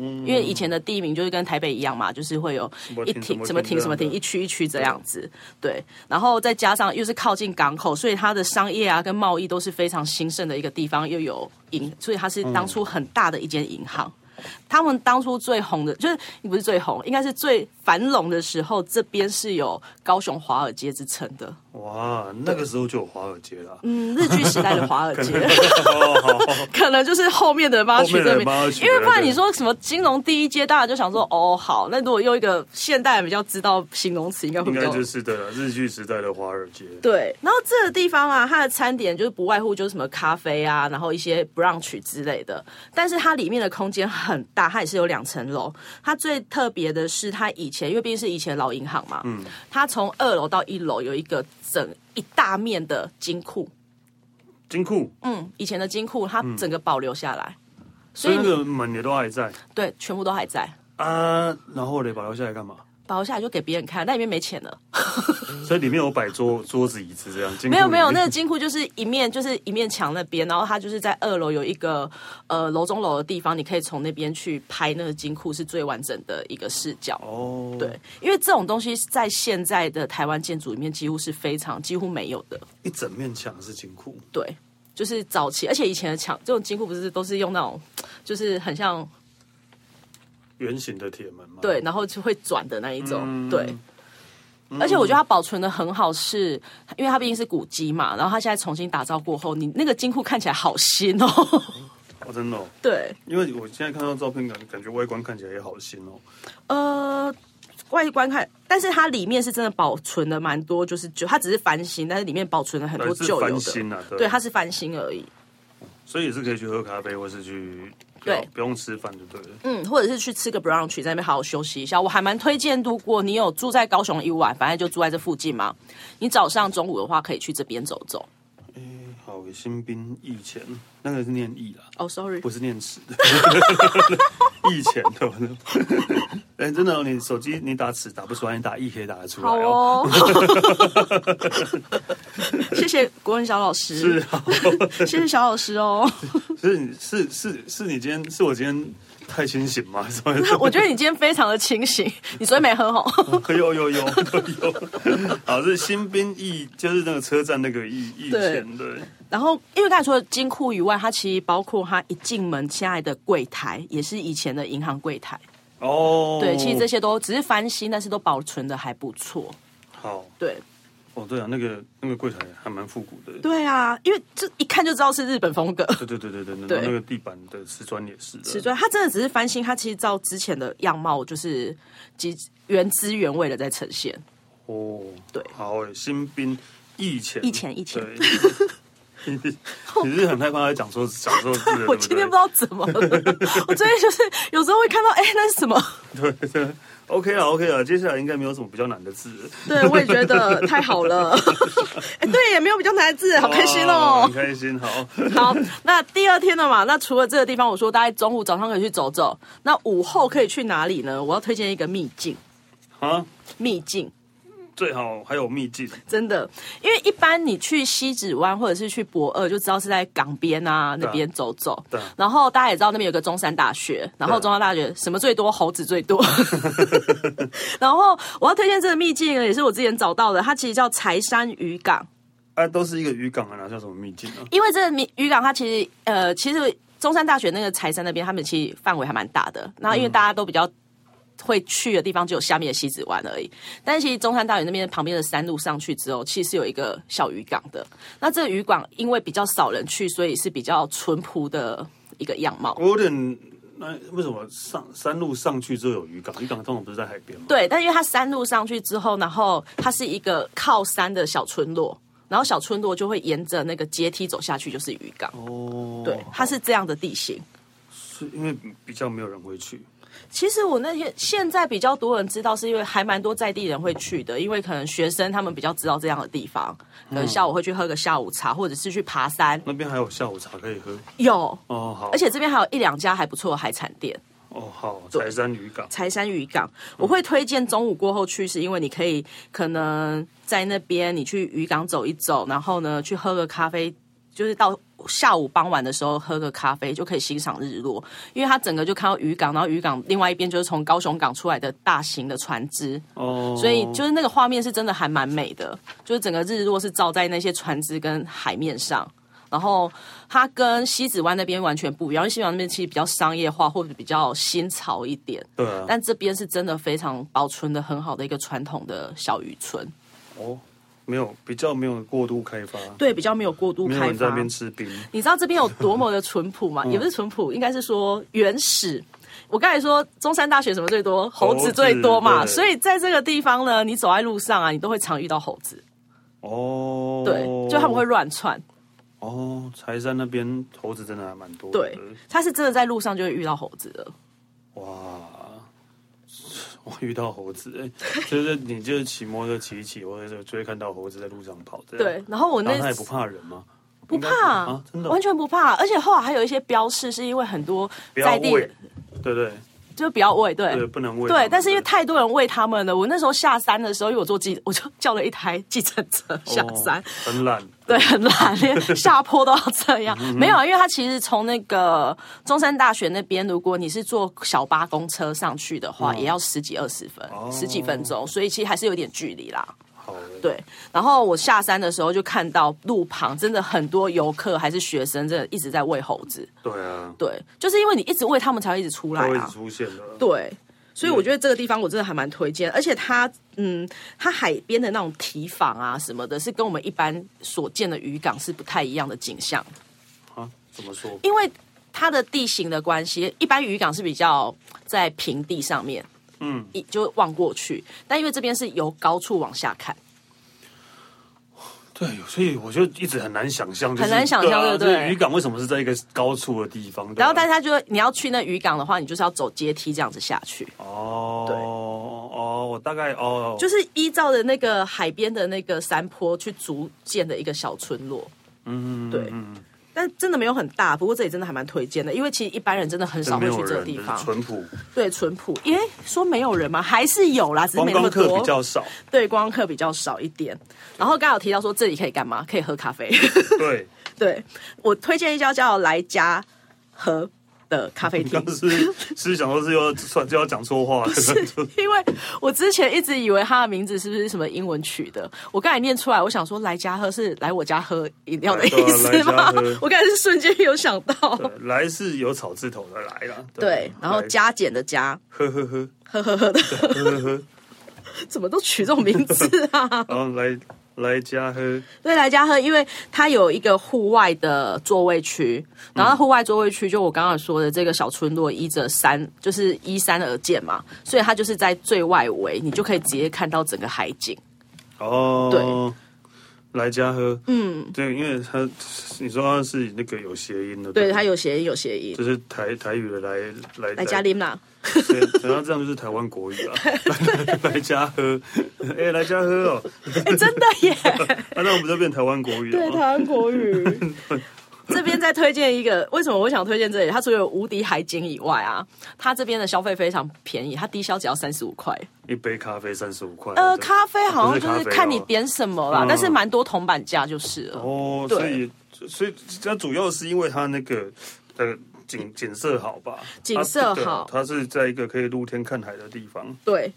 嗯，因为以前的地名就是跟台北一样嘛，就是会有
么
一
町
町什
什
么
么
町
町
什么
这
町，
样的
一区一区这样子。对，然后再加上又是靠近港口，所以它的商业啊跟贸易都是非常兴盛的一个地方，又有银，所以它是当初很大的一间银行。他们当初最红的，就是不是最红，应该是最繁荣的时候，这边是有高雄华尔街之称的。
哇，那个时候就有华尔街了，
嗯， 日剧时代的华尔 街，
哦好好
可能就是后面的人帮他取这
后面的人
名
帮他，取
因为不然
对
你说什么金融第一街，大家就想说哦好，那如果用一个现代人比较知道形容词，应该会
应
比
该
较。
就是对了，日剧时代的华尔街，
对，然后这个地方啊，它的餐点就是不外乎就是什么咖啡啊，然后一些 brunch 之类的。但是它里面的空间很大，它也是有两层楼。它最特别的是，它以前因为毕竟是以前老银行嘛，嗯，它从二楼到一楼有一个整一大面的金库，
金库，
嗯，以前的金库它整个保留下来，所
所以
以
那个
你
门也都还在
对全部都还在。
啊，然后嘞，把它留下来干嘛？
保留下来就给别人看，那里面没钱了。
所以里面有摆桌桌子椅子这样，金库
没有没有，
里
那
面
个金库就是一面就是一面墙那边，然后它就是在二楼有一个呃楼中楼的地方，你可以从那边去拍那个金库是最完整的一个视角。
哦，
对，因为这种东西在现在的台湾建筑里面几乎是非常几乎没有的。
一整面墙是金库，
对，就是早期，而且以前的墙这种金库不是都是用那种就是很像
圆形的铁门嘛，
对，然后就会转的那一种，对。而且我觉得它保存的很好是，因为它毕竟是古迹嘛，然后它现在重新打造过后，你那个金库看起来好新哦。
哦，真的哦，
对，
因为我现在看到照片，感感觉外观看起来也好新哦，
呃，外观看，但是它里面是真的保存了蛮多，就是旧，它只是翻新，但是里面保存了很多
还是
旧有
翻
的，
新啊，
对，它是翻新而已。
所以也是可以去喝咖啡，或是去啊
对
不要不用吃饭就对了。
嗯，或者是去吃个 brunch，在那边好好休息一下。我还蛮推荐，如果你有住在高雄一晚，反正就住在这附近嘛，你早上、中午的话可以去这边走走。
好，新兵役前那个是念役啦，
嗯哦、s o r r y
不是念 尺的，役前对 吧？哎、真的哦、你手机你打尺打不出来，你打役可以打得出来
好
哦。
哦， 谢谢国文小老师，
是啊，
谢谢小老师哦。
是你是是是你今天是我今天太清醒吗？ 什么？
我觉得你今天非常的清醒，你昨天没喝哦吼。
有有有有有， 好是新兵役，就是那个车站那个役役前对，
然后，因为刚才除了金库以外，它其实包括它一进门亲爱的柜台，也是以前的银行柜台。
哦，
对，其实这些都只是翻新，但是都保存的还不错。
好
对，
哦，对啊，那个那个柜台还蛮复古的，
对啊，因为这一看就知道是日本风格。
对对对对对，然后
对
那个地板的瓷砖也是的，
瓷砖，它真的只是翻新，它其实照之前的样貌，就是及原汁原味的在呈现。
哦，
对
好诶，新兵役前
役前役前
对 你是很害怕他讲错讲错字的，
我
对
今天不知
对
道怎么了，我最近就是有时候会看到，哎、那是什么？
对对，OK 了 OK 了，接下来应该没有什么比较难的字了，
对，我也觉得太好了。 哎、对，也没有比较难的字，好开心
哇
哦
很。开心，好，
好，那第二天了嘛，那除了这个地方，我说大概中午、早上可以去走走，那午后可以去哪里呢？我要推荐一个秘境，
啊，
秘境。
最好还有秘境，
真的，因为一般你去西子湾或者是去博二，就知道是在港边啊那边走走
对啊。
然后大家也知道那边有个中山大学，然后
对啊
中山大学什么最多？猴子最 多。然后我要推荐这个秘境呢，也是我之前找到的，它其实叫柴山渔港。
啊，都是一个渔港啊，哪叫什么秘境啊？
因为这个渔渔港，它其实呃，其实中山大学那个柴山那边，他们其实范围还蛮大的。然后因为大家都比较会去的地方，只有下面的西子湾而已。但是其实中山大学那边旁边的山路上去之后，其实是有一个小渔港的。那这个渔港因为比较少人去，所以是比较淳朴的一个样貌。
我有点。那为什么上山路上去之后有渔港？渔港通常不是在海边吗？
对，但因为它山路上去之后，然后它是一个靠山的小村落，然后小村落就会沿着那个阶梯走下去就是渔港。
哦，
对，它是这样的地形。
是因为比较没有人会去，
其实我那天现在比较多人知道，是因为还蛮多在地人会去的，因为可能学生他们比较知道这样的地方，可能下午会去喝个下午茶，或者是去爬山。
那边还有下午茶可以喝。
有，
哦，好，
而且这边还有一两家还不错的海产店，
哦，好，柴山渔港。
柴山渔港，我会推荐中午过后去，是因为你可以可能在那边你去渔港走一走，然后呢去喝个咖啡，就是到下午傍晚的时候喝个咖啡就可以欣赏日落，因为它整个就看到渔港，然后渔港另外一边就是从高雄港出来的大型的船只，
哦，
所以就是那个画面是真的还蛮美的，就是整个日落是照在那些船只跟海面上。然后它跟西子湾那边完全不一样，因为西子湾那边其实比较商业化或者比较新潮一点，
对啊，
但这边是真的非常保存的很好的一个传统的小渔村，
哦，没有比较没有过度开发，
对，比较没有过度
没有
开
人在那
发。
边嗯吃冰。
你知道这边有多么的淳 朴吗？也不是淳朴，应该是说原始。我刚才说中山大学什么最多，猴
猴
子
子
最多嘛，
对
所以在这个地方呢，你走在路上啊，你都会常遇到猴子。
哦，
对，就他们会乱窜。
哦，柴山那边猴子真的还蛮多的。
对，他是真的在路上就会遇到猴子的。
哇，我遇到猴子，哎就是你就是骑摩托车骑一骑，或者就就会看到猴子在路上跑。这样
对，，然后我
然
那
后他也不怕人吗？
不
应该
怕、
啊，真的哦
完全不怕，而且后来还有一些标示，是因为很多
不要
在地
喂，对对
就比较畏，对。
对，不能喂他们。
对，但是因为太多人喂他们了，我那时候下山的时候，因为我坐计，我就叫了一台计程车下山，
哦很懒，
对，很 懒，连下坡都要这样。
嗯
没有，啊，因为它其实从那个中山大学那边，如果你是坐小巴公车上去的话，也要十几二十分，
哦
十几分钟，所以其实还是有点距离啦。
好了，
对，然后我下山的时候就看到路旁真的很多游客还是学生，真的一直在喂猴子。
对啊，
对，就是因为你一直喂他们才会一直出来嗯
它会一
啊
直。出现的。
对，所以我觉得这个地方我真的还蛮推荐，而且它嗯，它海边的那种提防啊什么的，是跟我们一般所见的渔港是不太一样的景象，
啊，怎么说？
因为它的地形的关系，一般渔港是比较在平地上面。嗯，一就望过去。但因为这边是由高处往下看，
对，所以我就一直很难想象，就是
很难想象
对啊
对不对
这个渔港为什么是在一个高处的地方？对啊
然后但是他就你要去那渔港的话，你就是要走阶梯这样子下去，
哦，
对
哦，我大概哦，
就是依照的那个海边的那个山坡去逐建的一个小村落。
嗯，
对
嗯嗯
但真的没有很大，不过这里真的还蛮推荐的，因为其实一般人真的很少
没有
会去这个
人，
地
就是
方。
淳朴，
对，淳朴。因为说没有人嘛，还是有啦，只是
观
没那
光
么
客
多。
比较少，
对，观光客比较少一点。然后刚刚有提到说这里可以干嘛？可以喝咖啡。
对，
对我推荐一家叫来家喝的咖啡厅
当。时是想说是要算就要讲错 话了，
因为我之前一直以为它的名字是不是什么英文取的，我刚才念出来，我想说来家喝是来我家喝饮料的
对啊
意思
来家
吗
喝？
我刚才是瞬间有想到，
对来是有草字头的来啦，
对，然后
来
加减的加，
呵呵呵
呵呵呵的，
呵呵呵，
怎么都取这种名字啊？
然后来来加喝，
对，来家喝，因为它有一个户外的座位区，然后它户外座位区就我刚刚说的这个小村落依着山，就是依山而建嘛，所以它就是在最外围，你就可以直接看到整个海景。
哦，对，来加喝，嗯，对，因为他你说他是那个有谐音的，
对，
不
它有谐音，有谐音
就。是台台语的来来
来家
里，
林啦，
对然后这样就是台湾国 语啊，来来加喝，哎，来加喝哦，
哎，真的耶！
啊那我们就变台湾国语
对，
了哦
台
吗，
湾国语。 这边再推荐一个，为什么我想推荐这里？它除了有无敌海景以外啊，它这边的消费非常便宜，它低消只要三十五块。
一杯咖啡三十五块，
呃，
对
咖啡好像
不是咖啡
就是看你
哦
点什么啦，
嗯
但是蛮多铜板价就是了。
哦，
对
所以所以它主要是因为它那个呃景景色好吧？
景色好
它对它是在一个可以露天看海的地方。
对，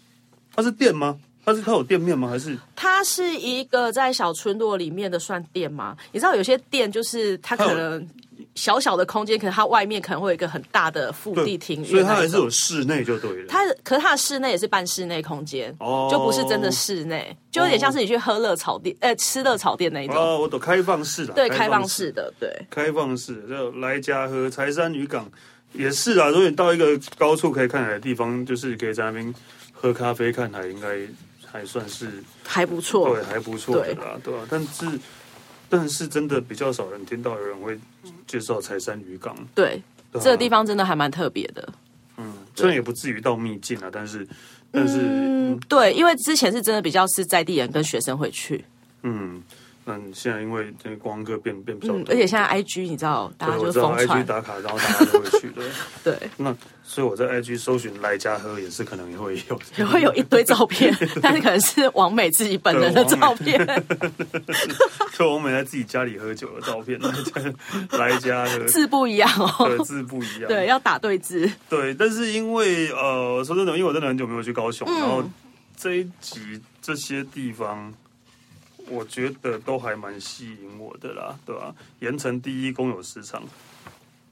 它是店吗？它是它有店面吗？还是
它是一个在小村落里面的算店吗？你知道有些店就是它可能小小的空间，可能它外面可能会有一个很大的腹地庭
所以
院
它
那
还
一
是
种。
有室内就对了。
它可是它的室内也是半室内空间，
哦
就不是真的室内，就有点像是你去喝热炒店，呃，吃热炒店那一种，
哦，我懂，开放式的，
对，开放式，的，对，
开放式，就来家和柴山渔港也是啊。如果你到一个高处可以看海的地方，就是可以在那边喝咖啡看海，应该还算是
还不错
对，。还不错的啦，对啊？但是但是真的比较少人听到有人会介绍柴山渔港，
对，
对啊
这个地方真的还蛮特别的。
虽然也不至于到秘境啊，但是但是
嗯，对，因为之前是真的比较是在地人跟学生会去，
嗯嗯，现在因为这个光哥变变比较
嗯
多，，
而且现在 IG 你知道，大家
哦对
就
我
是
知道
疯
IG
传，
打卡，然后大家都会去的。
对，
那所以我在 IG 搜寻来家喝也是可能也会有，
也会有一啊堆照 片，但是可能是王美自己本人的照片。
就我们在自己家里喝酒的照片，来家喝。
字不一样
对
哦。
字不一样，
对，要打对字。
对，但是因为呃，说真的，因为我真的很久没有去高雄，
嗯
然后这一集这些地方，我觉得都还蛮吸引我的啦，对吧、盐城第一公有市场。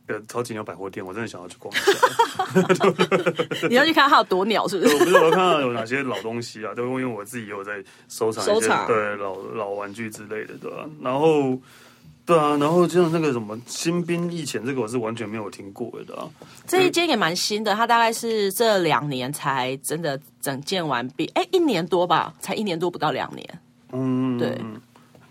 呃，超级牛百货店，我真的想要去逛一下。
你要去看它有多鸟，是不
对我
是？
不是我看到有哪些老东西啊，都 因为我自己也有在收藏一
收
些
藏
对老老玩具之类的，对吧、然后，对啊，然后像那个什么新兵役前，这个我是完全没有听过的啊。
这一间也蛮新的，它大概是这两年才真的整建完毕，哎，一年多吧，才一年多不到两年。
嗯，
对
嗯，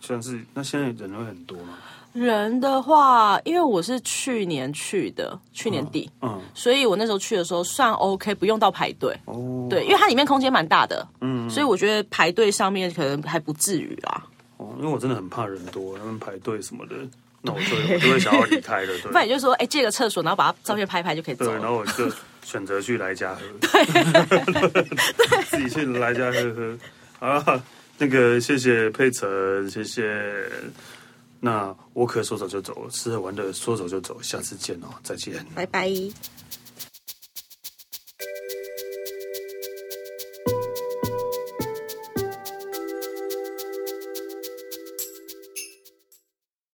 像是那现在人会很多吗？
人的话，因为我是去年去的，去年底，
嗯，
所以我那时候去的时候算 OK，不用到排队。
哦，
对，因为它里面空间蛮大的，嗯，所以我觉得排队上面可能还不至于啊啦。
哦，因为我真的很怕人多，他们排队什么的，那我就我就会想要离 开了，
不然
对
你就说，哎、借个厕所，然后把它照片拍一拍就可以走
对，然
了。
后我就选择去来 家喝， 自己去来家喝喝。好了，那个谢谢佩晨，谢谢。那我可说走就走，吃喝玩乐说走就走，下次见哦，再见。
拜拜。